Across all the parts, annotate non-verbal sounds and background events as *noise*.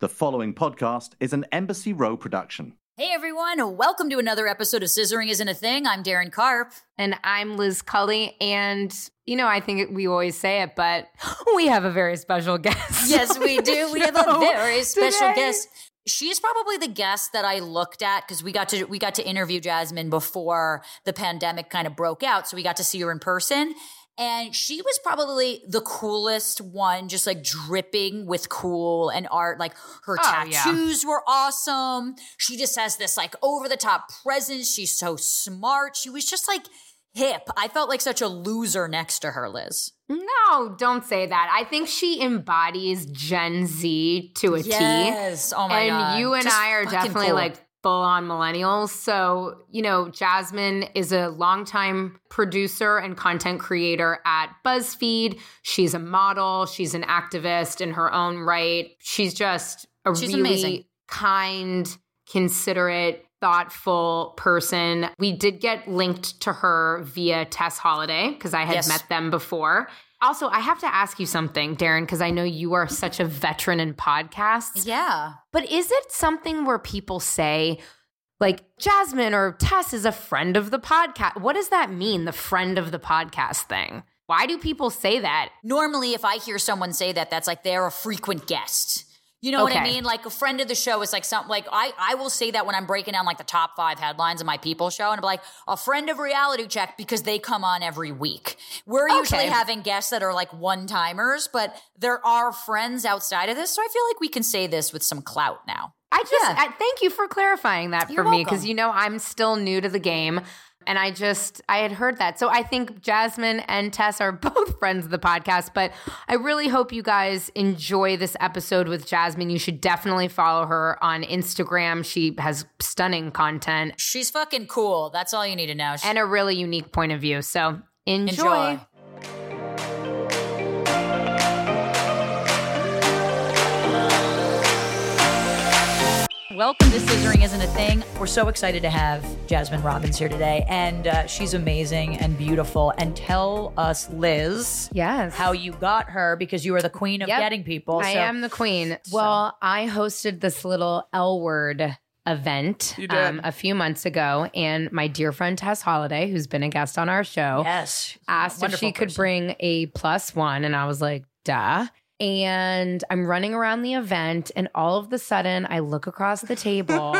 The following podcast is an Embassy Row production. Hey everyone, welcome to another episode of Scissoring Isn't a Thing. I'm Darren Karp. And I'm Liz Cully. And, you know, I think we always say it, but *gasps* we have a very special guest. *laughs* *laughs* Yes, we on the do. We have a show very special today. guest. She's probably the guest that I looked at because we got to we got to interview Jasmine before the pandemic kind of broke out, so we got to see her in person. And she was probably the coolest one, just like dripping with cool and art. Like her Oh, yeah. tattoos were awesome. She just has this like over the top presence. She's so smart. She was just like hip. I felt like such a loser next to her, Liz. No, don't say that. I think she embodies Gen Z to a T. Yes. Oh my and god. you and Just I are fucking definitely cool. like full on millennials. So, you know, Jasmine is a longtime producer and content creator at BuzzFeed. She's a model, she's an activist in her own right. She's just a She's really amazing. kind, considerate, thoughtful person. We did get linked to her via Tess Holiday because I had Yes. met them before. Also, I have to ask you something, Darren, because I know you are such a veteran in podcasts. yeah. But is it something where people say, like, Jasmine or Tess is a friend of the podcast? What does that mean, the friend of the podcast thing? Why do people say that? Normally, if I hear someone say that, that's like they're a frequent guest. You know what I Okay. mean? Like a friend of the show is like something like I, I will say that when I'm breaking down like the top five headlines of my people show and I'm like a friend of reality check because they come on every week. We're usually Okay. having guests that are like one timers, but there are friends outside of this. So I feel like we can say this with some clout now. I just Yeah. I, thank you for clarifying that You're for me welcome. because you know I'm still new to the game. And I just, I had heard that. So I think Jasmine and Tess are *laughs* both friends of the podcast, but I really hope you guys enjoy this episode with Jasmine. You should definitely follow her on Instagram. She has stunning content She's fucking cool. That's all you need to know. She- and a really unique point of view. So enjoy. Enjoy. Welcome to Scissoring Isn't a Thing. We're so excited to have Jasmine Robbins here today, and uh, she's amazing and beautiful. And tell us, Liz, Yes. how you got her because you are the queen of Yep. getting people. I so- am the queen. Well, I hosted this little L word event um, a few months ago, and my dear friend Tess Holiday, who's been a guest on our show, yes, asked if Wonderful she could person. bring a plus one. And I was like, duh. And I'm running around the event, and all of the sudden, I look across *laughs* the table,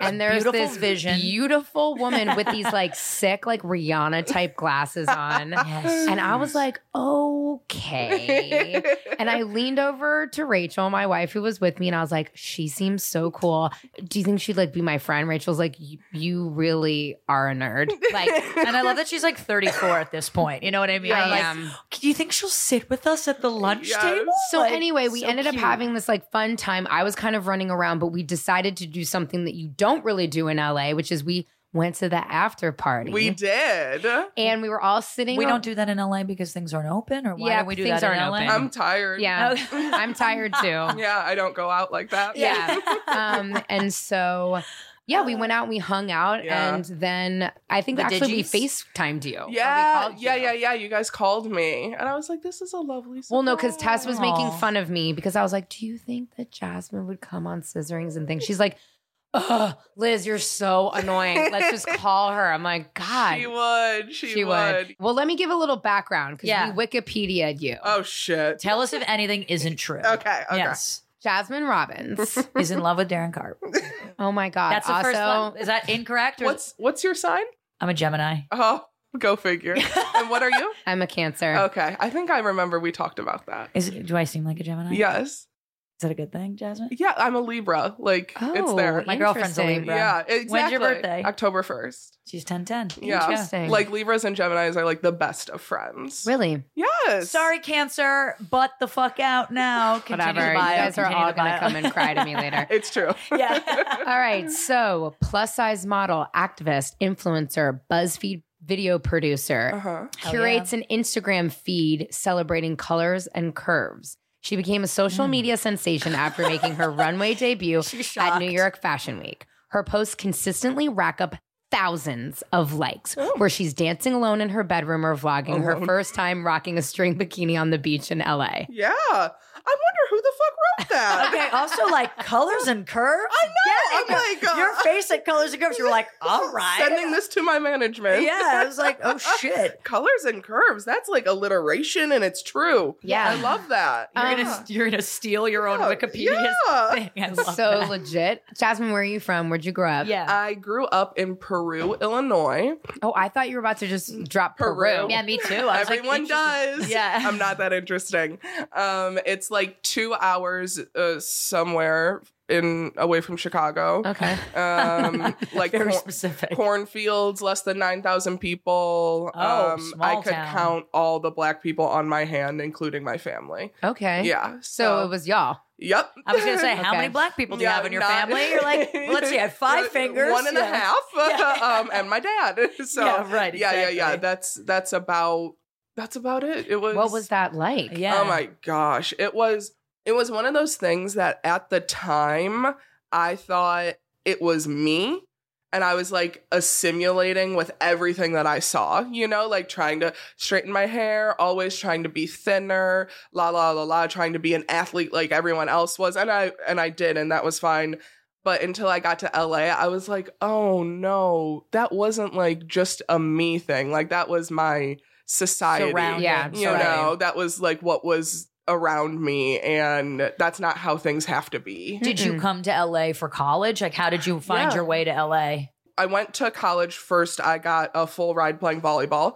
and there's Beautiful this vision. beautiful woman with these like sick, like Rihanna type glasses on. Yes. And I was like, *laughs* okay. and I leaned over to Rachel, my wife, who was with me, and I was like, she seems so cool. Do you think she'd like be my friend? Rachel's like, "You- you really are a nerd. like, and I love that she's like 34 at this point. You know what *laughs* I oh mean? I Like, am. Do you think she'll sit with us at the lunch table? So Like, anyway, we so ended up cute. having this like fun time. I was kind of running around, but we decided to do something that you don't really do in LA, which is we went to the after party. We did. and we were all sitting. We ar- don't do that in LA because things aren't open, or why Yeah, don't we do things that in aren't LA? open. I'm tired. Yeah, *laughs* Okay. I'm *laughs* tired *laughs* too. Yeah, I don't go out like that. Yeah. um, and so. Yeah, we went *laughs* out, and we hung out, Yeah. and then I think The actually we digis? FaceTimed you. or we Yeah. called Yeah, you. yeah, yeah. You guys called me. And I was like, this is a lovely surprise. Well, no, because Tess was making Aw. fun of me because I was like, "Do you think that Jasmine would come on scissorings and things?" She's like, "Ugh, Liz, you're so annoying. Let's *laughs* just call her." I'm like, "God, She would. She, would. Well, let me give a little background because Yeah. we Wikipedia'd you. Oh, shit. Tell us if anything isn't true. Okay, okay. Yes, Jasmine Robbins. *laughs* is in love with Darren Carp. oh my God. That's the also, first one. Is that incorrect? Or What's what's your sign? I'm a Gemini. Oh, *laughs* go figure. and what are you? I'm a cancer. Okay. I think I remember we talked about that. Is it, do I seem like a Gemini? Yes. Is that a good thing, Jasmine? Yeah, I'm a Libra. Like it's there. Oh, My girlfriend's a interesting. Libra. Yeah, exactly. your birthday? October 1st. She's 1010. Yeah. Interesting. Like Libras and Geminis are like the best of friends. Really? Yes. Sorry, Cancer, but the fuck out now. Continue *laughs* Whatever. the You bio, guys are continue all the going to bio. come and cry to me later. It's true. *laughs* yeah. All right. So, plus size model, activist, influencer, BuzzFeed video producer, Uh-huh. Hell curates an Instagram feed celebrating colors and curves. She became a social media sensation after *laughs* making her runway debut Hmm. She's shocked. at New York Fashion Week. Her posts consistently rack up thousands of likes, Oh. where she's dancing alone in her bedroom or vlogging her Alone. first time rocking a string bikini on the beach in LA. Yeah. wonder who the fuck wrote *laughs* that. Okay, also like colors and curves. I know, Yeah, I'm your- like, uh, your face at colors and curves. You were like, all right. Sending this to my management. Yeah, *laughs* I was like, oh shit. Colors and curves. That's like alliteration and it's true. Yeah. I love that. Uh, You're gonna Yeah. you're gonna steal your own Yeah, yeah. *laughs* thing. I love so that. legit. Jasmine, where are you from? Where'd you grow up? yeah. I grew up in Peru, Illinois. Oh, I thought you were about to Mm. just drop Peru. Peru. Yeah, me too. I was like, Everyone does. Yeah. I'm not that interesting. Um, it's like two hours uh, somewhere in away from *laughs* Chicago. *laughs* Okay. *laughs* Um, like Very cor- specific. *laughs* cornfields, less than nine thousand people. Oh, um, small I could town. count all the black people on my hand, including my family. Okay. Yeah. Um, So it was y'all. Yep. I was gonna *laughs* say, how Okay. many black people do you Yeah, have in your not- family? You're *laughs* like, well, let's see, I had five fingers. one and a Yeah. half, *laughs* um, and my dad. *laughs* So Yeah, right, yeah, yeah, yeah. exactly. That's that's about that's about it. It was What was that like? Yeah. Oh my gosh. It was it was one of those things that at the time I thought it was me and I was like assimilating with everything that I saw, you know, like trying to straighten my hair, always trying to be thinner, la la la la, trying to be an athlete like everyone else was. And I and I did and that was fine. But until I got to LA, I was like, "Oh no, that wasn't like just a me thing. Like that was my society." Surrounding. Yeah, you Right. know that was like what was around me and that's not how things have to be Did you Mm-mm. come to LA for college? Like, how did you find Yeah. your way to LA? i went to college first i got a full ride playing volleyball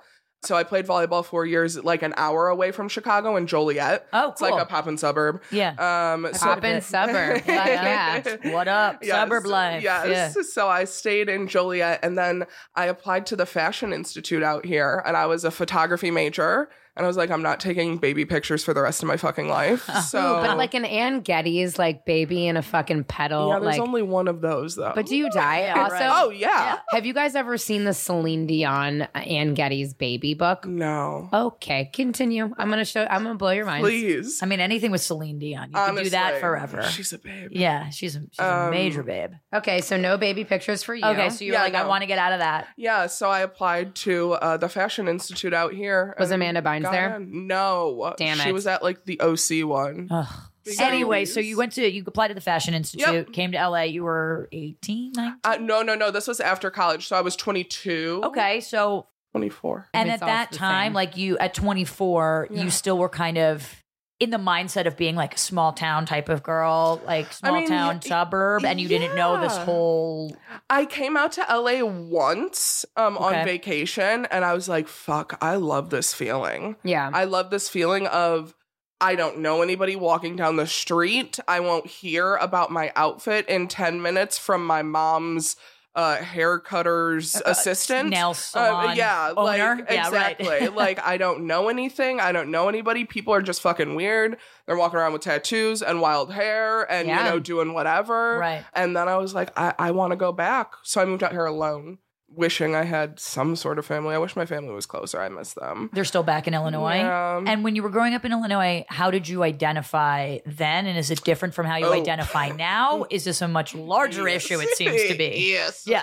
so i played volleyball four years like an hour away from chicago in joliet Oh, it's cool. like a poppin' suburb *laughs* yeah. um so Poppin' Poppin' *laughs* suburb. yeah. What up? Yes, Suburb life. Yes. So I stayed in Joliet and then I applied to the Fashion Institute out here and I was a photography major. And I was like, I'm not taking baby pictures for the rest of my fucking life. *laughs* So, But like an Ann Getty's like baby in a fucking pedal. um, yeah, there's like, only one of those though. but do you *laughs* die Yeah, also? right. Oh yeah. Have you guys ever seen the Celine Dion uh, Ann Getty's baby Mm. book? No. Okay, continue. I'm gonna show. I'm gonna blow your mind. Please. I mean, anything with Celine Dion, you Honestly. can do that forever. She's a babe. yeah, she's a, she's a Um, major babe. Okay, so no baby pictures for you. Okay, so you're Yeah, like, I no. want to get out of that. Yeah, so I applied to uh, the Fashion Institute out here. Was and Amanda Bynes got there? in. No. Damn She it. was at like the OC one. Ugh. Big Anyway, babies. so you went to you applied to the Fashion Institute, came to LA. You were 18, 19? Uh, no, no, no. This was after college. So I was 22. Okay, so 24. and It's at all that the time, same. like you at 24, Yeah. you still were kind of in the mindset of being like a small town type of girl, like small mean, town y- suburb, and you didn't know this yeah. whole I came out to LA once um, Okay. on vacation and I was like, fuck, I love this feeling. Yeah. I love this feeling of I don't know anybody walking down the street. I won't hear about my outfit in 10 minutes from my mom's uh, hair cutter's assistant. Uh, Uh, nail salon. yeah, owner. like exactly. *laughs* Yeah, right. like I don't know anything. I don't know anybody. People are just fucking weird. They're walking around with tattoos and wild hair and Yeah. you know doing whatever. Right. And then I was like, I, I want to go back. So I moved out here alone, wishing I had some sort of family. I wish my family was closer. I miss them. They're still back in Illinois. Yeah. And when you were growing up in Illinois, how did you identify then? And is it different from how you Oh. identify now? Is this a much larger Yes. issue? It seems to be. *laughs* yes. Yeah.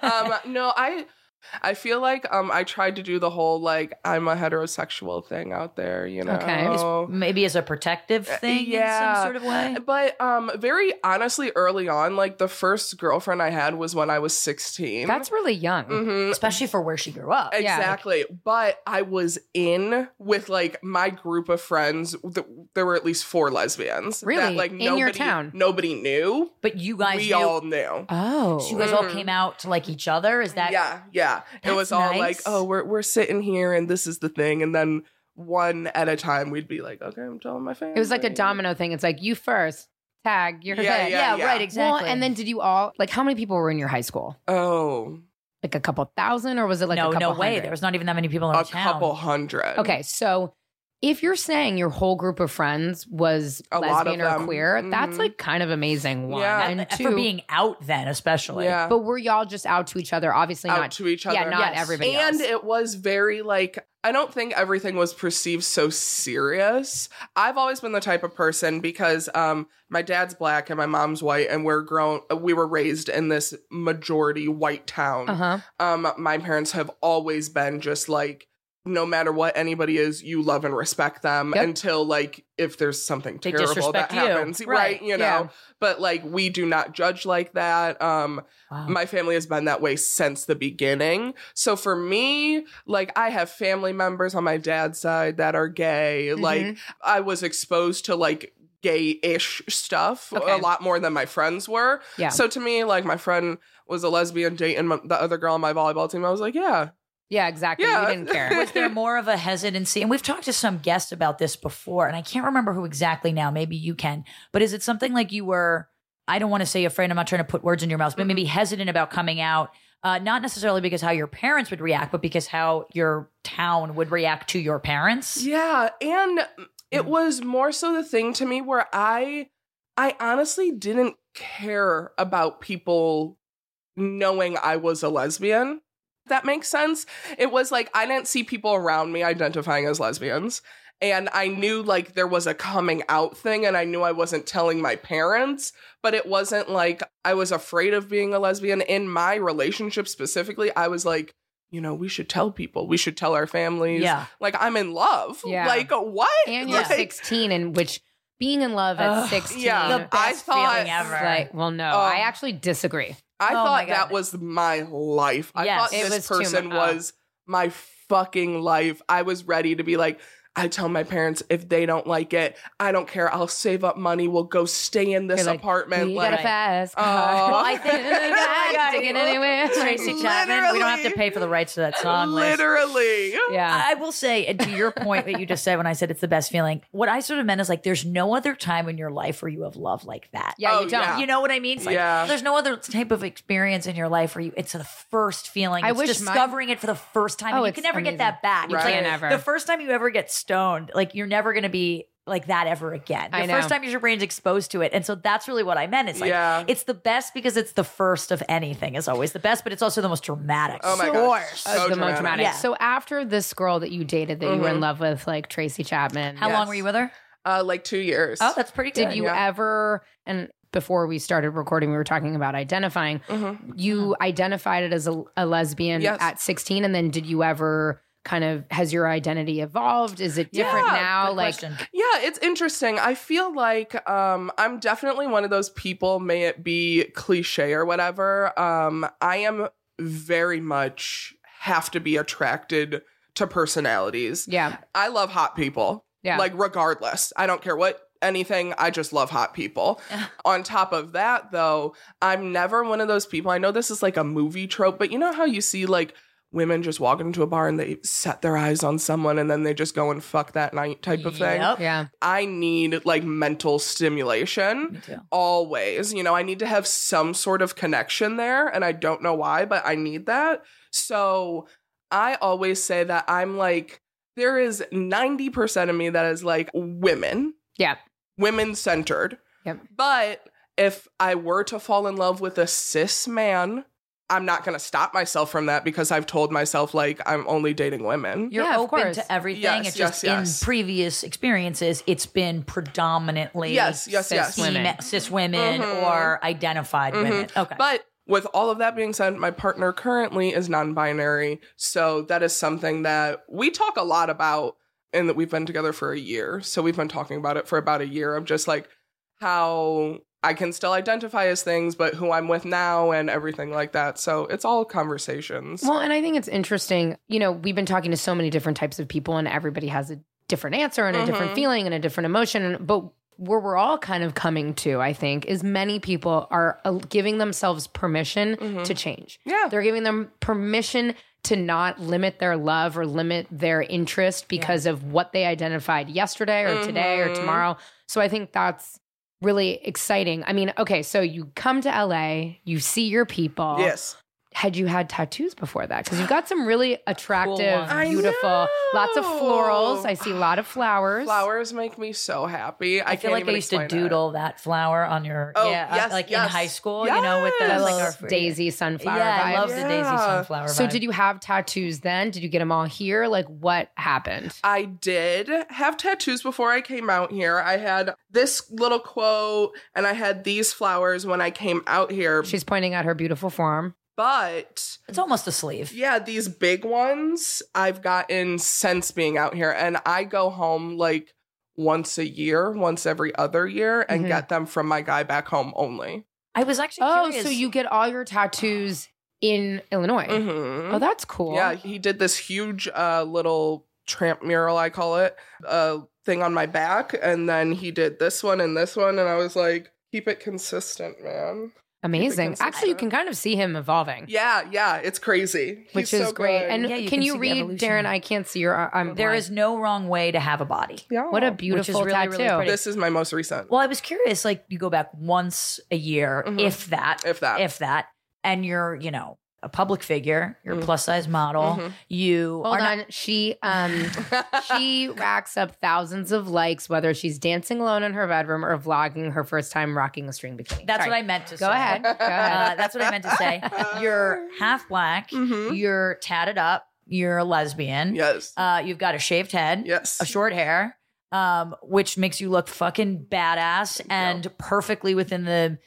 *laughs* um no, I I feel like um I tried to do the whole like I'm a heterosexual thing out there, you know. Okay. Maybe as a protective thing in some Uh, yeah. sort of way. But um very honestly early on, like the first girlfriend I had was when I was 16. That's really young. Mhm. Especially for where she grew up. yeah. Exactly. But I was in with like my group of friends. Th- there were at least four lesbians. Really? That, like In nobody, your town? Nobody knew. But you guys we knew- all knew. Oh. so you guys all Mhm. came out to like each other? Is that yeah, yeah. It That's was all nice. like, oh, we're we're sitting here and this is the thing, and then one at a time we'd be like, okay, I'm telling my family. it was like a domino thing. It's like you first, tag, you're Yeah, it. Yeah, yeah. right, Well, exactly. and then did you all like how many people were in your high school? Oh, Like a couple thousand, or was it like no, a couple no way. hundred? There was not even that many people in a our town. couple hundred. Okay, so if you're saying your whole group of friends was A lot lesbian of or them. queer, that's Mhm. like kind of amazing. One Yeah. and Uh, two, for being out then, especially. Yeah, but were y'all just out to each other? Obviously out not. to each other. yeah, not Yes. everybody. and else. it was very like I don't think everything was perceived so serious. I've always been the type of person because um my dad's black and my mom's white and we're grown we were raised in this majority white town. uh huh. Um my parents have always been just like no matter what anybody is, you love and respect them Yep. until like if there's something They terrible that disrespect you. happens, Right. You know, Yeah. but like we do not judge like that. Um, Wow. my family has been that way since the beginning. So for me, like I have family members on my dad's side that are gay. Like Mhm. I was exposed to like gay-ish stuff Okay. a lot more than my friends were. Yeah. So to me, like my friend was a lesbian dating my, the other girl on my volleyball team. I was like, yeah, yeah, exactly. Yeah. You didn't care. *laughs* Well, was there more of a hesitancy? And we've talked to some guests about this before, and I can't remember who exactly now. Maybe you can. But is it something like you were, I don't want to say afraid, I'm not trying to put words in your mouth, but Mm-hmm. maybe hesitant about coming out? Uh, not necessarily because how your parents would react, but because how your town would react to your parents. Yeah, and it was more so the thing to me where I I honestly didn't care about people knowing I was a lesbian. If That makes sense. It was like I didn't see people around me identifying as lesbians. And I knew like there was a coming out thing, and I knew I wasn't telling my parents, but it wasn't like I was afraid of being a lesbian. In my relationship specifically, I was like, you know, we should tell people, we should tell our families, Yeah. like I'm in love. Yeah. Like what? *laughs* and you're Like, 16, and which being in love at Ugh, 16 yeah. The I best thought- feeling is ever. like, well, no, Oh. I actually disagree. I Oh my thought God. that was my life. I Yes. thought It was this too person mu- oh. was my fucking life. I was ready to be like, I tell my parents if they don't like it, I don't care. I'll save up money. We'll go stay in this You're like, apartment. you like, got a fast car. *laughs* Oh. Well, I think- *laughs* Taking it anywhere. *laughs* Tracy Chapman, we don't have to Literally. pay for the rights to that song. Liz. literally. yeah. I I will say, and to your point that you just said when I said it's the best feeling, what I sort of meant is like there's no other time in your life where you have love like that. Yeah, Oh, you don't. yeah. You know what I mean? It's like, Yeah. There's no other type of experience in your life where you it's the first feeling. I it's wish mine- discovering it for the first time. Oh, and you it's can never amazing. get that back. You It's can't like ever. The first time you ever get stoned, like you're never gonna be like that ever again. The I know. first time your brain's exposed to it. And so that's really what I meant. It's like Yeah. it's the best because it's the first of anything is always the best, but it's also the most dramatic. Oh my Of gosh. course. the most So dramatic. Mm-hmm. dramatic. Yeah. So after this girl that you dated that you were in love with, like Tracy Chapman, How long Yes. were you with her? Uh, like two years. Oh, that's pretty good. did you yeah. ever and before we started recording, we were talking about identifying. Mhm. You identified it as a, a lesbian Yes. at 16, and then did you ever kind of has your identity evolved? Is it different Yeah, now? Good like, question. Yeah, it's interesting. I feel like um, I'm definitely one of those people, may it be cliche or whatever. Um, I am very much have to be attracted to personalities. yeah, I love hot people. yeah, Like, regardless, I don't care what anything, I just love hot people. On top of that, though, I'm never one of those people. I know this is like a movie trope, but you know how you see like women just walking into a bar and they set their eyes on someone and then they just go and fuck that night type of thing. Yep. yeah, I need like mental stimulation Me too. always. You know, I need to have some sort of connection there, and I don't know why, but I need that. So I always say that I'm like, there is 90% of me that is like women, yeah. women centered. Yep. But if I were to fall in love with a cis man, I'm not going to stop myself from that because I've told myself like I'm only dating women. You're Yeah, of open course. to everything. Yes, it's just yes, yes. in previous experiences, it's been predominantly Yes, yes, Cis yes. women. fema- cis women Mhm. or identified Mhm. women. Okay. But with all of that being said, my partner currently is non binary. So that is something that we talk a lot about and that we've been together for a year. So we've been talking about it for about a year of just like how I can still identify as things, but who I'm with now and everything like that. So it's all conversations. Well, and I think it's interesting. You know, we've been talking to so many different types of people, and everybody has a different answer and a different Mhm. feeling and a different emotion. And- But where we're all kind of coming to, I think, is many people are uh, giving themselves permission Mhm. to change. yeah. They're giving them permission to not limit their love or limit their interest because of what they identified yesterday or today or Mhm. tomorrow. So I think that's really exciting. I mean, okay, so you come to LA, you see your people Yes. had you had tattoos before that? Because you've got some really attractive, ones. I beautiful, lots of know. florals. I see a lot of flowers. Flowers make me so happy. I, I, feel can't like I even used to explain it. doodle that flower on your Oh, yeah, yes, like in yes. high school, you know, with the Yes. like Those our uh, daisy sunflower Yeah, I vibes. love the daisy Yeah. sunflower. so did you have tattoos then? Did you get them all here? Like what happened? I did have tattoos before I came out here. I had this little quote and I had these flowers when I came out here. She's pointing out her beautiful form. But It's almost a sleeve. yeah, these big ones I've gotten since being out here, and I go home like once a year, once every other year, and Mhm. get them from my guy back home only. I was actually Oh, curious. so you get all your tattoos in Illinois. Mm-hmm. Mhm. Oh, that's cool. Yeah, he did this huge uh, little tramp mural, I call it, uh, thing on my back, and then he did this one and this one, and I was like, keep it consistent, man. Amazing. consistent. Actually, you can kind of see him evolving, Yeah, yeah, it's crazy. which He's is so great. good. And Yeah, you can, can you see the read, evolution. Darren? I can't see your. I'm there blind. is no wrong way to have a body. yeah. What a beautiful really, tattoo. really pretty. This is my most recent, Well, I was curious, like you go back once a year, Mhm. if that, if that. if that, and you're, you know, a public figure, you're Mhm. a plus size model, Mhm. you Hold are not on. She um *laughs* she racks up thousands of likes whether she's dancing alone in her bedroom or vlogging her first time rocking a string bikini. that's Sorry. what I meant to say. *laughs* Go ahead. Go Uh, ahead. that's what I meant to say. You're half black, Mhm. you're tatted up, you're a lesbian, Yes. uh, you've got a shaved head, yes. a short hair, um, which makes you look fucking badass you. and perfectly within the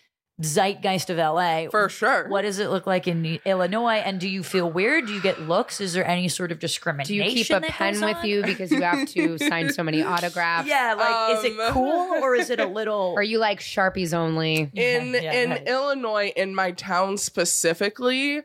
zeitgeist of LA. For sure. What does it look like in Illinois? And do you feel weird? Do you get looks? Is there any sort of discrimination? Do you keep a Uh, that pen goes with on? you because you have *laughs* to sign so many autographs? Yeah, like is it Um, cool or is it *laughs* a little? Are you like Sharpies only? in Yeah, yeah, in right. Illinois, in my town specifically,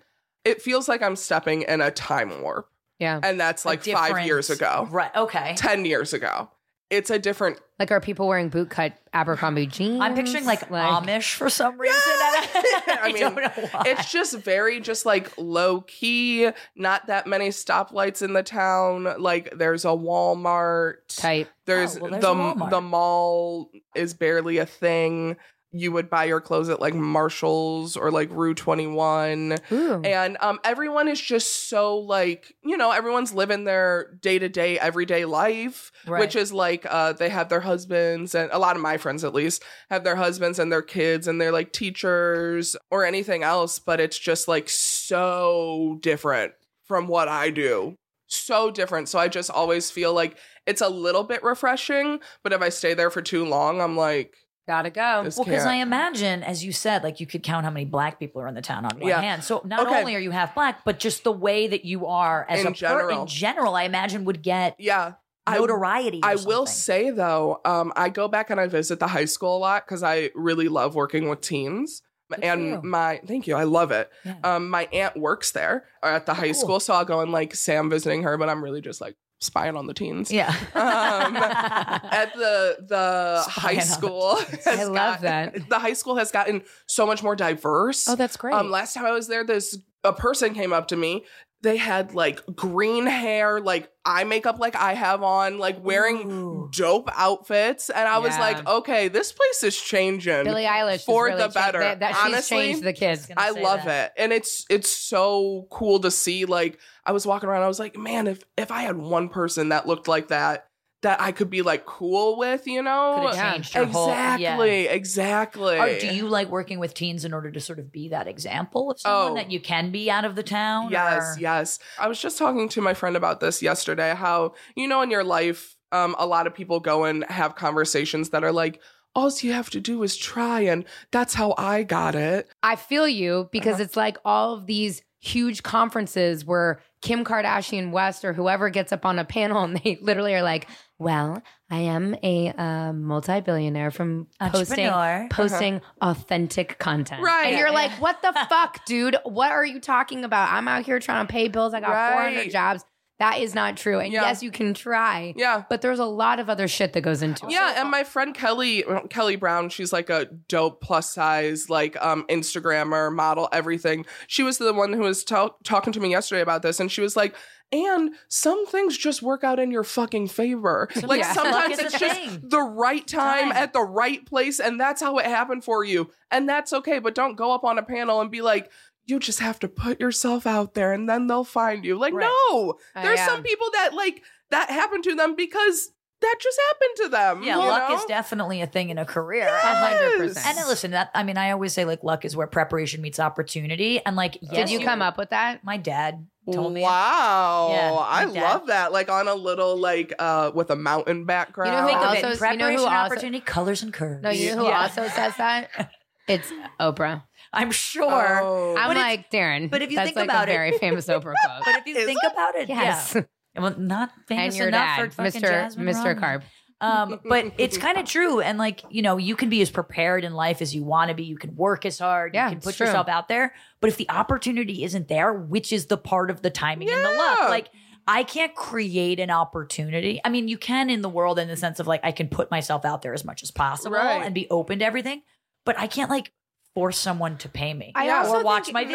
it feels like I'm stepping in a time warp, Yeah. and that's a like five different- years ago, Right. Okay. 10 years ago. It's a different. Like are people wearing bootcut Abercrombie jeans? I'm picturing like, Amish for some reason. *laughs* Yeah. *laughs* I, I mean, don't know why. It's just very just like low key, not that many stoplights in the town. Like there's a Walmart. type. There's, Oh, well, there's the a Walmart. the mall is barely a thing. You would buy your clothes at like Marshalls or like Rue 21. Mm. Ooh. and um, everyone is just so like you know everyone's living their day-to-day everyday life Right. which is like uh, they have their husbands and a lot of my friends at least have their husbands and their kids and they're like teachers or anything else but it's just like so different from what i do so different so i just always feel like it's a little bit refreshing but if i stay there for too long i'm like Gotta go. this Well, because I can't. imagine, as you said, like you could count how many black people are in the town on one Yeah. hand. So not Okay. only are you half black, but just the way that you are as In a per- general. in general, I imagine would get yeah I notoriety. or I something. will say though, um, I go back and I visit the high school a lot because I really love working with teens. Good for you. and my thank you, I love it. Yeah. Um, my aunt works there at the high Oh, cool. school, so I'll go and like say I'm visiting her, but I'm really just like spying on the teens. yeah. *laughs* Um, At the the Spying high on the school, teens. *laughs* has I love gotten- that. the high school has gotten so much more diverse. Oh, that's great. Um, last time I was there, this a person came up to me. They had like green hair, like eye makeup, like I have on, like wearing Ooh. dope outfits, and I was Yeah. like, okay, this place is changing. Billie Eilish has for really the changed- better. That, that she's Honestly, changed the I was kids. gonna I say love that. it, and it's it's so cool to see. Like I was walking around, I was like, man, if if I had one person that looked like that, that I could be like cool with, you know? Could Yeah. have changed your Exactly, whole. Yeah. exactly. Or do you like working with teens in order to sort of be that example of someone Oh. that you can be out of the town? Yes, or- yes. I was just talking to my friend about this yesterday. How you know in your life, um, a lot of people go and have conversations that are like, all you have to do is try, and that's how I got it. I feel you because Uh-huh. it's like all of these huge conferences where Kim Kardashian West or whoever gets up on a panel and they *laughs* literally are like, "Well, I am a uh, multi-billionaire from posting Entrepreneur. posting authentic content." Uh-huh. Right. And you're *laughs* like, "What the fuck, dude? What are you talking about? I'm out here trying to pay bills. I got Right. 400 jobs. That is not true." And Yeah. yes, you can try. Yeah. But there's a lot of other shit that goes into it. Yeah, and my friend Kelly Kelly Brown, she's like a dope plus size like um Instagrammer, model, everything. She was the one who was tal- talking to me yesterday about this and she was like, "And some things just work out in your fucking favor. like yeah. sometimes Luck is it's a just thing. the right time, Time. at the right place and that's how it happened for you. And that's okay, but don't go up on a panel and be like you just have to put yourself out there and then they'll find you. Like, Right. no, I there's am. some people that like that happened to them because that just happened to them. Yeah, you luck know? is definitely a thing in a career. A Yes. hundred And percent. then, listen, that I mean, I always say like luck is where preparation meets opportunity. And like, yes, Did you come up with that? My dad told me. Wow, Yeah, I my dad- love that. Like on a little like uh with a mountain background. who Think of also- you know it. who Preparation, also- opportunity, colors, and curves. No, you know who Yeah. *laughs* also says that? It's Oprah. I'm sure. Oh. I'm But it's- like Darren. but if you that's think like about a it- *laughs* very famous Oprah quote. But if you Is think about it, yes, yeah. Well, not and famous your enough dad, for fucking Mr. Jasmine Mr. Ronan. Carb. *laughs* Um, but it's kind of true. And like, you know, you can be as prepared in life as you want to be. You can work as hard. Yeah, you can it's put true. yourself out there. But if the opportunity isn't there, which is the part of the timing and the luck, Yeah. like I can't create an opportunity. I mean, you can in the world in the sense of like I can put myself out there as much as possible Right. and be open to everything, but I can't like force someone to pay me I Yeah, also or think- watch my videos.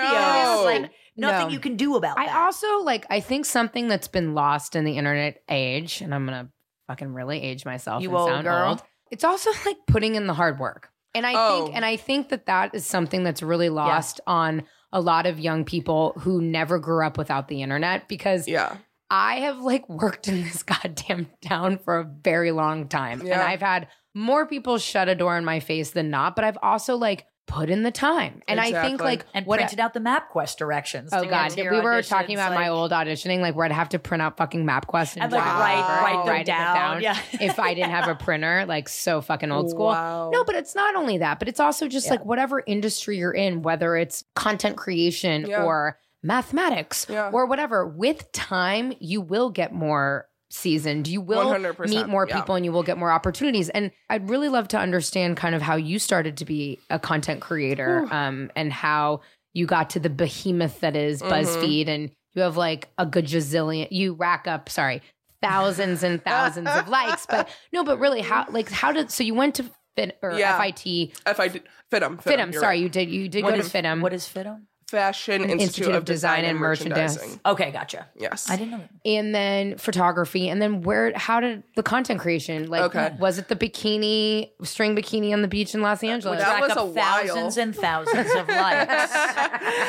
No. Like nothing No. you can do about I that. also like. I think something that's been lost in the internet age, and I'm gonna fucking really age myself. You and old sound girl. Old. It's also like putting in the hard work, and I Oh. think, and I think that that is something that's really lost on a lot of young people who never grew up without the internet because Yeah. I have like *laughs* worked in this goddamn town for a very long time. And Yeah. I've had more people shut a door in my face than not, but I've also like put in the time. And I think Exactly. like and what printed out the MapQuest directions. to Oh get god, to we your were auditions, talking about my like- old auditioning, like where I'd have to print out fucking MapQuest and, and like Wow. drive over, write, write them writing it down. Yeah. if I didn't have a printer, like so fucking old school. Wow. No, but it's not only that, but it's also just Yeah. like whatever industry you're in, whether it's content creation Yeah. or mathematics Yeah. or whatever, with time, you will get more seasoned. You will 100%, meet more yeah. people and you will get more opportunities. And I'd really love to understand kind of how you started to be a content creator um, and how you got to the behemoth that is Mhm. BuzzFeed and you have like a gajazillion, you rack up, sorry, thousands and thousands *laughs* of likes. But no, but really, how, like, how did, so you went to fit or Yeah. FIT, if I did, Fitum. FITM, you're sorry, right. you did, you did What go is- to FITM. What is Fitum? Fashion Institute, of Design, and Merchandising. Okay, gotcha. Yes. I didn't know. that. and then photography and then where how did the content creation like Okay. was it the bikini string bikini on the beach in los angeles That Rack was up a while. thousands and thousands of *laughs* likes.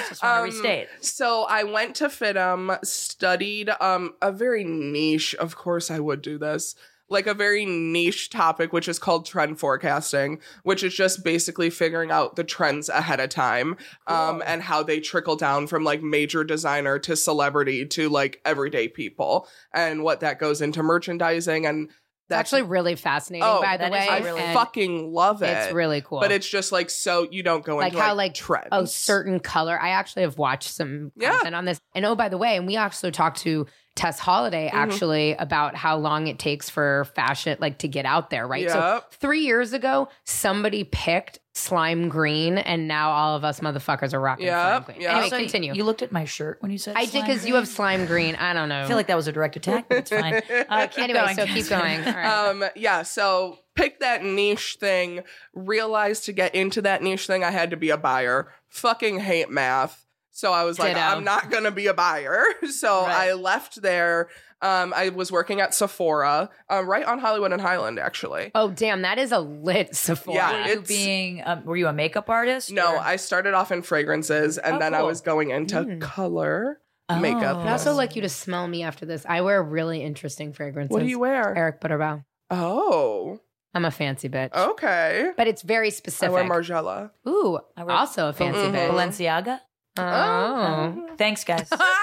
Just want to Um, restate. So I went to FITM, studied um a very niche, of course I would do this, like a very niche topic, which is called trend forecasting, which is just basically figuring out the trends ahead of time um and how they trickle down from like major designer to celebrity to like everyday people and what that goes into merchandising and it's that's actually really fascinating Oh, by the that is way I really- and fucking love it. it's really cool But it's just like so you don't go Like into how, like, oh, like trends. a certain color i actually have watched some Yeah. content on this and oh by the way and we also talked to tess holiday Mm-hmm. actually about how long it takes for fashion like to get out there right so Yep. three years ago somebody picked slime green and now all of us motherfuckers are rocking slime Yep, green yep. anyway Also, continue You looked at my shirt when you said I did slime because you have green? slime green. I don't know. I feel like that was a direct attack, but it's *laughs* fine. Uh, keep anyway, going, so keep Jasmine. going. All right. um yeah so pick that niche thing realized to get into that niche thing i had to be a buyer fucking hate math so i was like Ditto. i'm not gonna be a buyer *laughs* so Right. i left there um i was working at sephora um, right on hollywood and highland actually oh damn, that is a lit Sephora. Yeah, Were you it's- being, um, were you a makeup artist? no or- i started off in fragrances and Oh, then i cool. was going into Mm. color Oh. makeup. I'd also like you to smell me after this. I wear really interesting fragrances. what do you wear Eric Butterbaugh. oh I'm a fancy bitch. okay But it's very Oh. i specific. wear margiela Ooh, I wear- also a fancy Mhm. bitch. Balenciaga. Oh. Thanks, *laughs* guys. Oh. *laughs*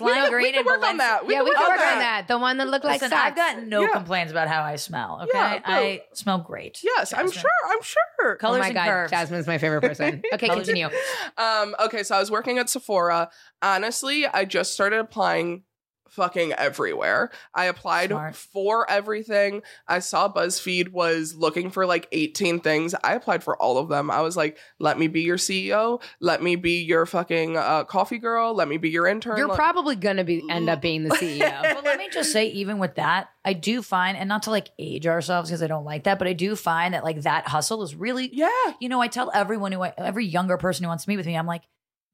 we slime can, we green can and work on Balenciaga. that. yeah, can we can work work on that. The one that looked like Listen, I've socks. got no Yeah. complaints about how I smell. Okay, Yeah, no. I smell great. Yes, I'm Jasmine. sure. I'm sure. Oh Colors my and god, curves. Jasmine's my favorite *laughs* person. Okay, Colors- continue. Um, okay, so I was working at Sephora. Honestly, I just started applying fucking everywhere. I applied Smart. for everything. I saw BuzzFeed was looking for like 18 things. I applied for all of them. I was like, let me be your CEO, let me be your fucking uh, coffee girl, let me be your intern. You're Let- probably gonna be end up *laughs* being the E CEO. But let me just say, even with that, I do find, and not to like age ourselves because I don't like that, but I do find that like that hustle is really, yeah. you know, I tell everyone who, I, every younger person who wants to meet with me, I'm like,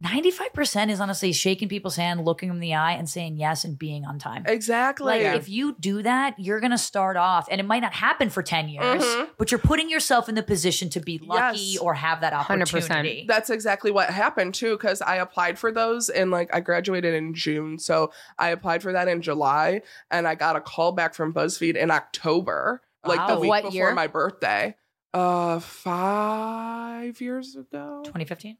95% is honestly shaking people's hand, looking them in the eye, and saying yes and being on time. Exactly. Like, if you do that, you're going to start off, and it might not happen for 10 years, Mhm. but you're putting yourself in the position to be lucky Yes. or have that 100%. opportunity. That's exactly what happened too, because I applied for those and like I graduated in June. So I applied for that in July and I got a call back from BuzzFeed in October, like Wow. the Of week what before year? my birthday. Uh five years ago. 2015?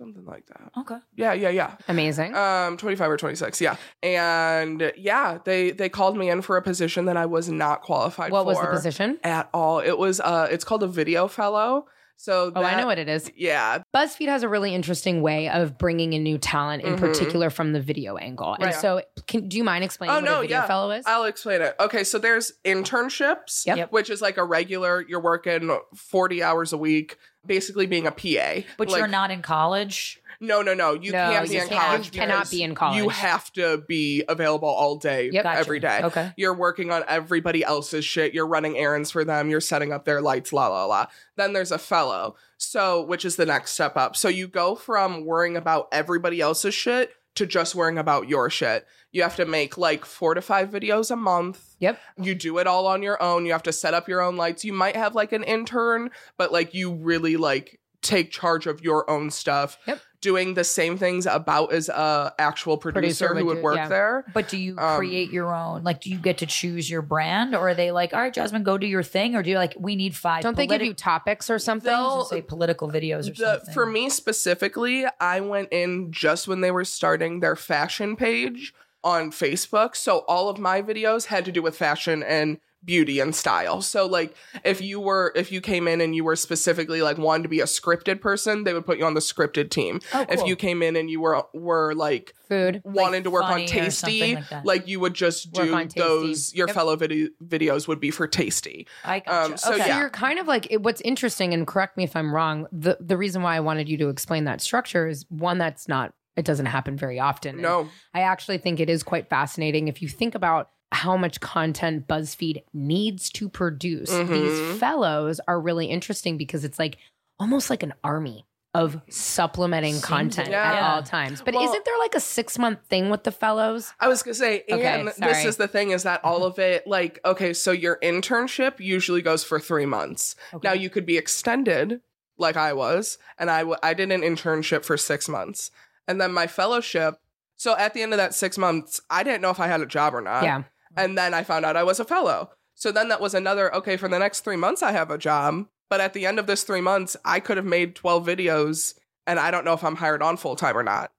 Something like that. Okay. Yeah, yeah, yeah. Amazing. Um, 25 or 26, yeah. And yeah, they they called me in for a position that I was not qualified what for was the position? at all. It was uh it's called a video fellow. So Oh, I that- know what it is. Yeah, BuzzFeed has a really interesting way of bringing in new talent, in Mhm. particular from the video angle. And Right. so, can, do you mind explaining Oh, what no, a video yeah. fellow is? I'll explain it. Okay, so there's internships, Yep. Yep. which is like a regular. You're working forty hours a week, basically being a PA. But Like, you're not in college. No, no, no. You No, can't be you in can't. college. You cannot because be in college. You have to be available all day, Yep. Gotcha. every day. Okay. You're working on everybody else's shit. You're running errands for them. You're setting up their lights, la, la, la. Then there's a fellow. So, which is the next step up. So, you go from worrying about everybody else's shit to just worrying about your shit. You have to make like four to five videos a month. Yep. You do it all on your own. You have to set up your own lights. You might have like an intern, but like you really like take charge of your own stuff. Yep. Doing the same things about as a actual producer, Producer would who would do, work yeah. there. But do you Um, create your own? Like, do you get to choose your brand, or are they like, all right, Jasmine, go do your thing, or do you like, we need five? Don't they give you politi- topics or something? I was gonna say political videos or The, something? for me specifically, I went in just when they were starting their fashion page on Facebook. So all of my videos had to do with fashion and beauty and style. So like if you were if you came in and you were specifically like wanted to be a scripted person, they would put you on the scripted team. Oh, If cool. you came in and you were were like Food. wanted to work on funny or something tasty, like that. you would just Work do on Tasty. those your Yep. fellow video- videos would be for tasty. I gotcha. um, so okay. yeah. So you're kind of like it, what's interesting, and correct me if I'm wrong. The the reason why I wanted you to explain that structure is one that's not it doesn't happen very often. And No. I actually think it is quite fascinating if you think about how much content BuzzFeed needs to produce. Mhm. These fellows are really interesting because it's like almost like an army of supplementing Seems content it. at Yeah. all times. But Well- isn't there like a six month thing with the fellows? I was gonna say, Okay, and this sorry. is the thing is that all of it, like, okay, so your internship usually goes for three months. Okay. Now you could be extended, like I was, and I w- I did an internship for six months, and then my fellowship. So at the end of that six months, I didn't know if I had a job or not. yeah. And then I found out I was a fellow. So then that was another, okay, for the next three months, I have a job. But at the end of this three months, I could have made 12 videos and I don't know if I'm hired on full time or not.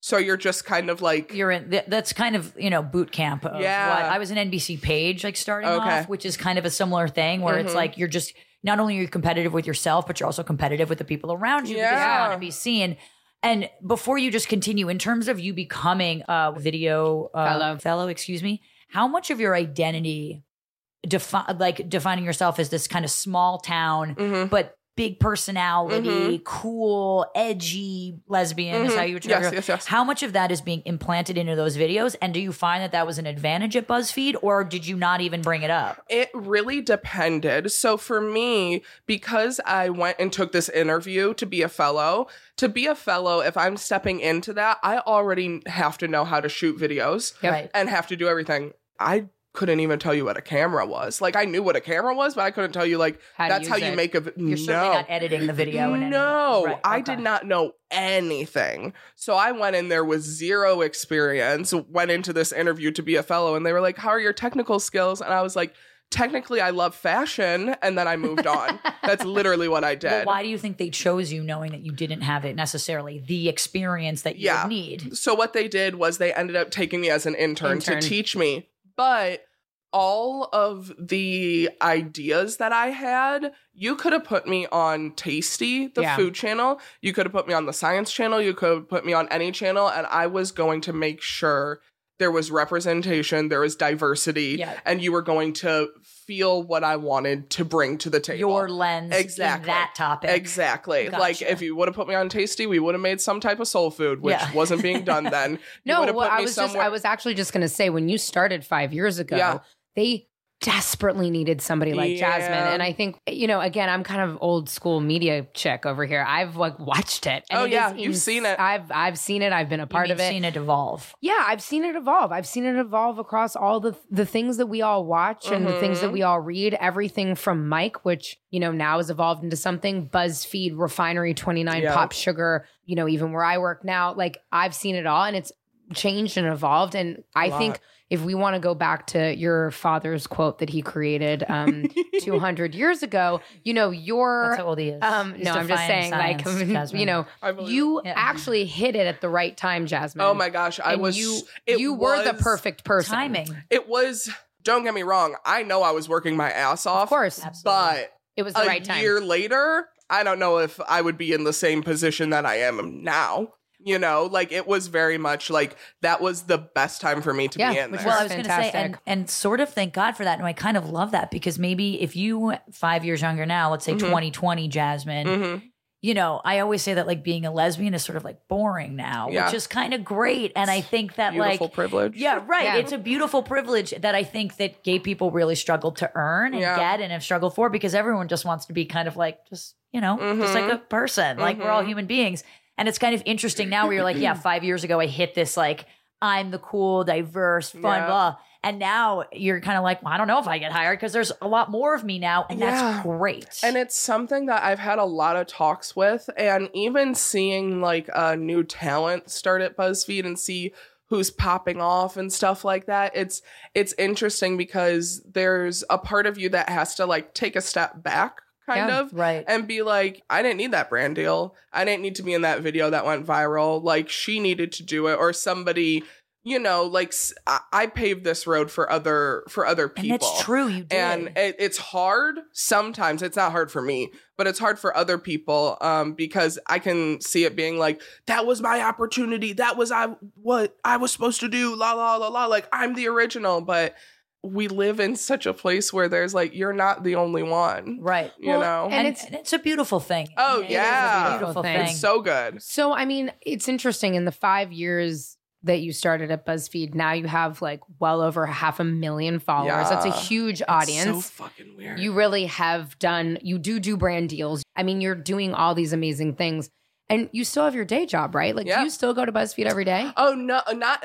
So you're just kind of like, you're in th- that's kind of you know boot camp of Yeah. what i was an nbc page like starting Okay. off which is kind of a similar thing where Mhm. it's like you're just not only are you competitive with yourself but you're also competitive with the people around you because you Yeah. want to be seen and before you just continue in terms of you becoming a video uh, Fellow. excuse me how much of your identity defi- like defining yourself as this kind of small town mhm. but big personality Mm-hmm. cool edgy lesbian is Mhm. how you would yes, yes, yes. how much of that is being implanted into those videos? And do you find that that was an advantage at BuzzFeed, or did you not even bring it up? It really depended. So for me, because I went and took this interview to be a fellow, to be a fellow, if I'm stepping into that, I already have to know how to shoot videos Yep. Right. and have to do everything. I couldn't even tell you what a camera was. Like I knew what a camera was, but I couldn't tell you like How to that's how use you it. make a vi- You're certainly no. not editing the video. In any way. No, Right, I okay. did not know anything. So I went in there with zero experience, went into this interview to be a fellow, and they were like, How are your technical skills? And I was like, Technically, I love fashion. And then I moved on. That's literally what *laughs* I Well, did. why do you think they chose you, knowing that you didn't have it necessarily the experience that you Yeah. would need? so what they did was they ended up taking me as an intern, Intern. to teach me. But all of the ideas that I had, you could have put me on Tasty, the Yeah. food channel. You could have put me on the science channel. You could have put me on any channel. And I was going to make sure there was representation, there was diversity, Yeah. and you were going to feel what I wanted to bring to the table. Your lens, Exactly. in that topic. Exactly. Like Gotcha. if you would have put me on Tasty, we would have made some type of soul food, which Yeah. wasn't being done *laughs* then. You No, would have well, put I me was just somewhere- I was actually just gonna say when you started five years ago, Yeah. they desperately needed somebody like Jasmine. Yeah. And I think, you know, again, I'm kind of old school media chick over here. I've like watched it. And Oh, it is yeah, you've seen it. I've I've seen it. I've been a You part mean of it. Seen it evolve. Yeah, I've seen it evolve. I've seen it evolve across all the the things that we all watch and the things Mm-hmm. that we all read. Everything from Mike, which you know now has evolved into something BuzzFeed, Refinery Twenty Nine, Yeah. Pop Sugar. You know, even where I work now, like I've seen it all, and it's changed and evolved. And I lot. think if we want to go back to your father's quote that he created *laughs* um, two hundred years ago, you know, your That's how old he is. um, He's no, I'm just defying saying, science, like, Jasmine. *laughs* you know, I believe you Yeah. actually hit it at the right time, Jasmine. Oh my gosh, I And was you it you were the was- perfect person. timing. It was don't get me wrong, I know I was working my ass off. Of course. Absolutely. But It was the a right time. year later, I don't know if I would be in the same position that I am now. You know, like it was very much like that was the best time for me to be Yeah, in which there. was Well, I was going to say, and, fantastic. and sort of thank God for that. And I kind of love that because maybe if you five years younger now, let's say Mhm. 2020 Jasmine, Mhm. you know, I always say that like being a lesbian is sort of like boring now, Yeah. which is kind of great. And I think that Beautiful like, privilege. *laughs* yeah, right. Yeah. It's a beautiful privilege that I think that gay people really struggle to earn and Yeah. get and have struggled for because everyone just wants to be kind of like just, you know, just Mm-hmm. like a person. Like we're all human beings. And it's kind of interesting now where you're like, *clears throat* yeah, five years ago I hit this like I'm the cool, diverse, fun, Yeah. blah. And now you're kind of like, well, I don't know if I get hired because there's a lot more of me now, and Yeah. that's great. And it's something that I've had a lot of talks with, and even seeing like a new talent start at BuzzFeed and see who's popping off and stuff like that. It's it's interesting because there's a part of you that has to like take a step back, kind Yeah, of, right. and be like, I didn't need that brand deal. I didn't need to be in that video that went viral. Like she needed to do it, or somebody. You know, like s- I, I paved this road for other for other And people that's true. You did. and it, it's hard sometimes it's not hard for me but it's hard for other people um, because i can see it being like that was my opportunity that was i what i was supposed to do la la la la like i'm the original but we live in such a place where there's like you're not the only one right. you know and, And it's, it's- it's a beautiful thing. Oh, It is a yeah. beautiful It's thing. it's so good So, I mean, it's interesting in the five years that you started at BuzzFeed, now you have like well over half a million followers. That's a Yeah. huge so audience. fucking weird you really have done, you do do brand deals. I mean, you're doing all these amazing things and you still have your day job, right? Like, Yeah. do you still go to BuzzFeed every day? Oh no, not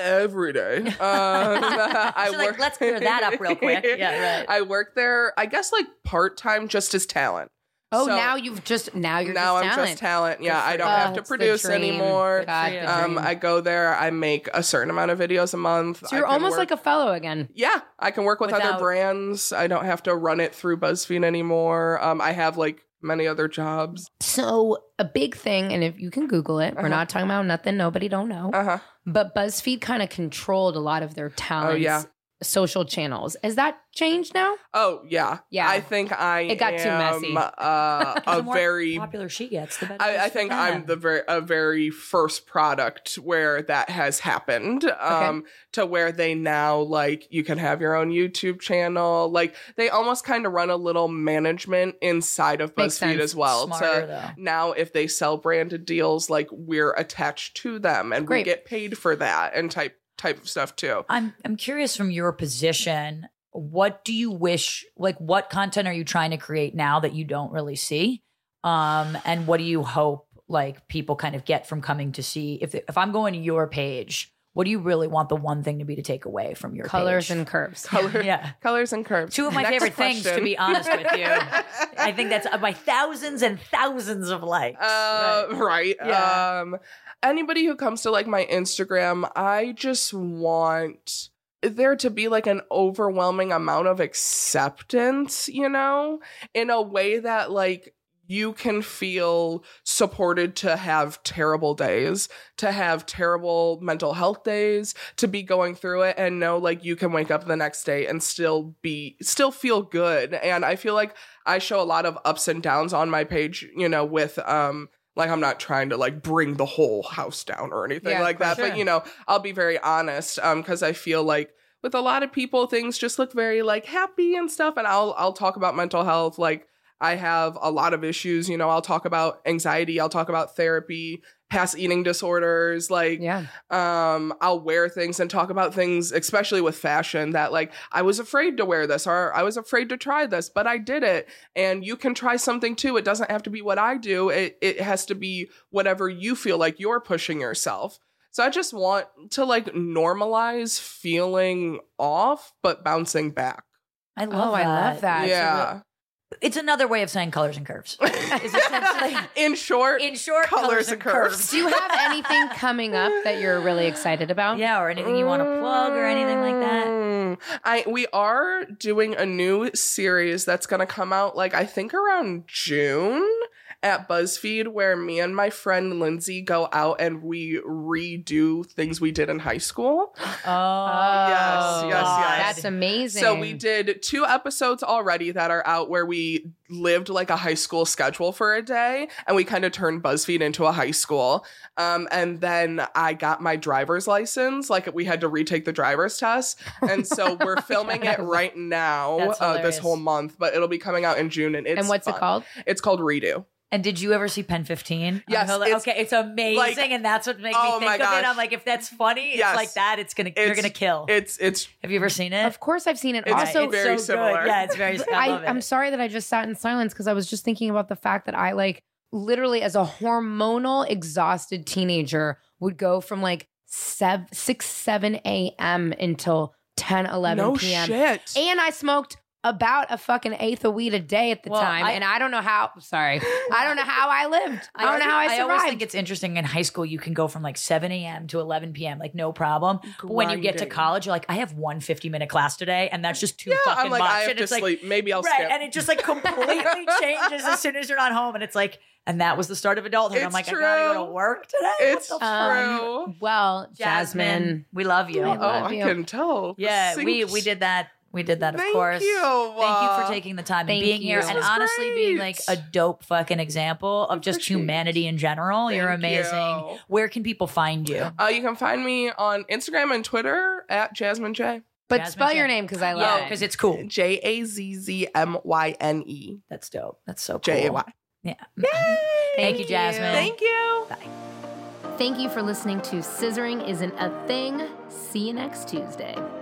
*laughs* every day. Um, *laughs* I So, like, let's clear that up real *laughs* quick. Yeah, right. I work there. I guess like part time, just as talent. Oh, So- now you've just, now you're now just I'm talent. just talent. Yeah, I don't Oh, have to it's the produce dream. anymore. God, you. the Um, dream. I go there. I make a certain amount of videos a month. so you're almost like a fellow again. yeah. I can work with Without- other brands. I don't have to run it through BuzzFeed anymore. Um, I have like many other jobs. So a big thing, and if you can Google it, we're Uh-huh. not talking about nothing nobody don't know. Uh huh. But BuzzFeed kind of controlled a lot of their talents. Oh, yeah. Social channels. Has that changed now? Oh yeah. Yeah. I think I. It got too am, messy. *laughs* Uh, The a more very popular she gets, the better. it is I, I for think I'm them. the very a very first product where that has happened. Um, to where they now like you can have your own YouTube channel. Like they almost kind of run a little management inside of Makes BuzzFeed sense. as well. Smarter, to though. now if they sell branded deals, like we're attached to them and we Great. get paid for that and type type of stuff too. I'm I'm curious from your position, what do you wish like what content are you trying to create now that you don't really see? Um and what do you hope like people kind of get from coming to see if if I'm going to your page, what do you really want the one thing to be to take away from your Colors page? *laughs* and curves. Color, yeah. colors and curves. Two of my Next favorite things to question. be honest with you. *laughs* I think that's of my thousands and thousands of likes. Uh, *laughs* right. Yeah. Um, anybody who comes to like my Instagram, I just want there to be like an overwhelming amount of acceptance, you know, in a way that like you can feel supported to have terrible days, to have terrible mental health days, to be going through it and know like you can wake up the next day and still be still feel good. And I feel like I show a lot of ups and downs on my page, you know, with um like I'm not trying to like bring the whole house down or anything Yeah, like for that, sure. but you know, I'll be very honest um cuz I feel like with a lot of people things just look very like happy and stuff and I'll I'll talk about mental health like I have a lot of issues, you know, I'll talk about anxiety, I'll talk about therapy, past eating disorders, like Yeah. um i'll wear things and talk about things especially with fashion that like i was afraid to wear this or i was afraid to try this but i did it and you can try something too it doesn't have to be what i do it, it has to be whatever you feel like you're pushing yourself so i just want to like normalize feeling off but bouncing back I love oh, that. I love that. That's yeah It's another way of saying colors and *laughs* curves. Is essentially in short in short Colors colors, and and curves. *laughs* Do you have anything coming up that you're really excited about? Yeah, or anything you want to plug or anything like *gasps* that. Mm. I we are doing a new series that's going to come out like I think around June at BuzzFeed where me and my friend Lindsay go out and we redo things we did in high school. Oh, yes, yes, Oh, yes. Oh, That's amazing. So we did two episodes already that are out where we lived like a high school schedule for a day and we kind of turned BuzzFeed into a high school. Um, and then I got my driver's license. Like we had to retake the driver's test. *laughs* And so we're filming it right now That's uh, this hilarious. whole month, but it'll be coming out in June. And it's And what's it fun. called? It's called Redo. And did you ever see Pen 15? Yes, it's- okay, it's amazing. like- and that's what makes Oh me my think of gosh. it. I'm like, if that's funny, Yes. it's like that, it's gonna you're It's- gonna kill. It's it's Have you ever seen it? Of course, I've seen it. Eh, It's also, very good. similar. Yeah, it's *laughs* very I, I, love it. I'm sorry that I just sat in silence because I was just thinking about the fact that I like literally as a hormonal exhausted teenager would go from like sev 6, 7 a.m. until 10, 11 no p.m. shit. And I smoked about a fucking eighth of weed a day at the Well, time. I- and I don't know how, sorry, I don't know how *laughs* I lived. I don't know how I survived. always think it's interesting in high school you can go from like 7 a.m. to 11 p.m. like no problem. But when you get to Grinding. college, you're like, I have one 50 minute class today, and that's just too yeah, fucking I'm like much. I have and to it's like sleep. Maybe I'll right, skip. and it just like *laughs* completely changes as soon as you're not home, and it's like, and that was the start of adulthood. I'm It's like, I gotta go true. to work today. What it's the true. fuck? Um, well, Uh, Jasmine. Jasmine, we love you. I Oh, love I you. can tell. Yeah, This we sinks. we did that. We did that, of Thank course. you. Thank you Uh, for taking the time and Thank being here you. and This was honestly being like great. a dope fucking example of just Appreciate it. humanity in general. You're Thank amazing. you. Where can people find you? Uh, you can find me on Instagram and Twitter at Jasmine J. but Jasmine spell Jen. your name because I love Yeah, it. because it's cool. J A Z Z M Y N E. That's dope. That's so cool. J A Y. Yeah. Thank Thank you, you. Jasmine. Thank you. Thank you for listening to Scissoring Isn't a Thing. See you next Tuesday.